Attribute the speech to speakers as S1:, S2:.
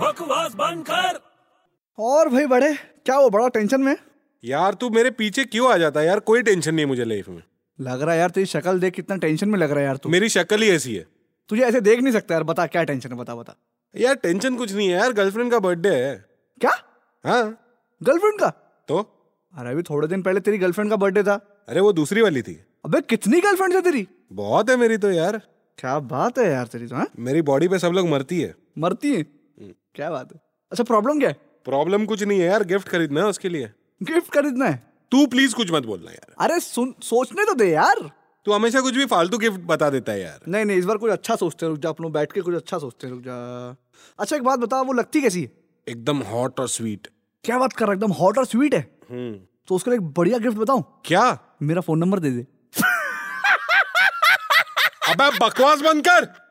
S1: बकवास बंद कर
S2: और भाई बड़े क्या वो बड़ा टेंशन में है?
S3: यार तू मेरे पीछे क्यों आ जाता है यार कोई टेंशन नहीं है मुझे लाइफ में
S2: लग रहा है यार तेरी शक्ल देख कितना टेंशन में लग रहा है यार तू
S3: मेरी शक्ल ही ऐसी है
S2: तुझे ऐसे देख नहीं सकता यार बता क्या टेंशन है बता बता
S3: यार टेंशन कुछ नहीं है यार गर्लफ्रेंड का बर्थडे है
S2: क्या
S3: हाँ
S2: गर्लफ्रेंड का
S3: तो
S2: अरे अभी थोड़े दिन पहले तेरी गर्लफ्रेंड का बर्थडे था
S3: अरे वो दूसरी वाली थी
S2: अबे कितनी गर्लफ्रेंड है तेरी
S3: बहुत है मेरी तो यार
S2: क्या बात है यार तेरी तो हाँ
S3: मेरी बॉडी पे सब लोग मरती है
S2: मरती है
S3: हम्म।
S2: क्या बात है अच्छा प्रॉब्लम क्या है
S3: प्रॉब्लम कुछ नहीं है यार गिफ्ट खरीदना है उसके लिए
S2: गिफ्ट खरीदना है
S3: तू प्लीज कुछ मत बोलना यार
S2: अरे सुन सोचने तो दे यार
S3: तू हमेशा कुछ भी फालतू गिफ्ट बता देता है यार
S2: नहीं नहीं इस बार कुछ अच्छा सोचते हैं, रुक जा अपनों बैठ के कुछ अच्छा सोचते हैं, रुक जा अच्छा एक बात बता वो लगती कैसी है
S3: एकदम हॉट और स्वीट
S2: क्या बात कर रहा है एकदम हॉट और स्वीट है तो उसके लिए एक बढ़िया गिफ्ट बताऊं
S3: क्या
S2: मेरा फोन नंबर दे दे
S3: अबे बकवास बंद कर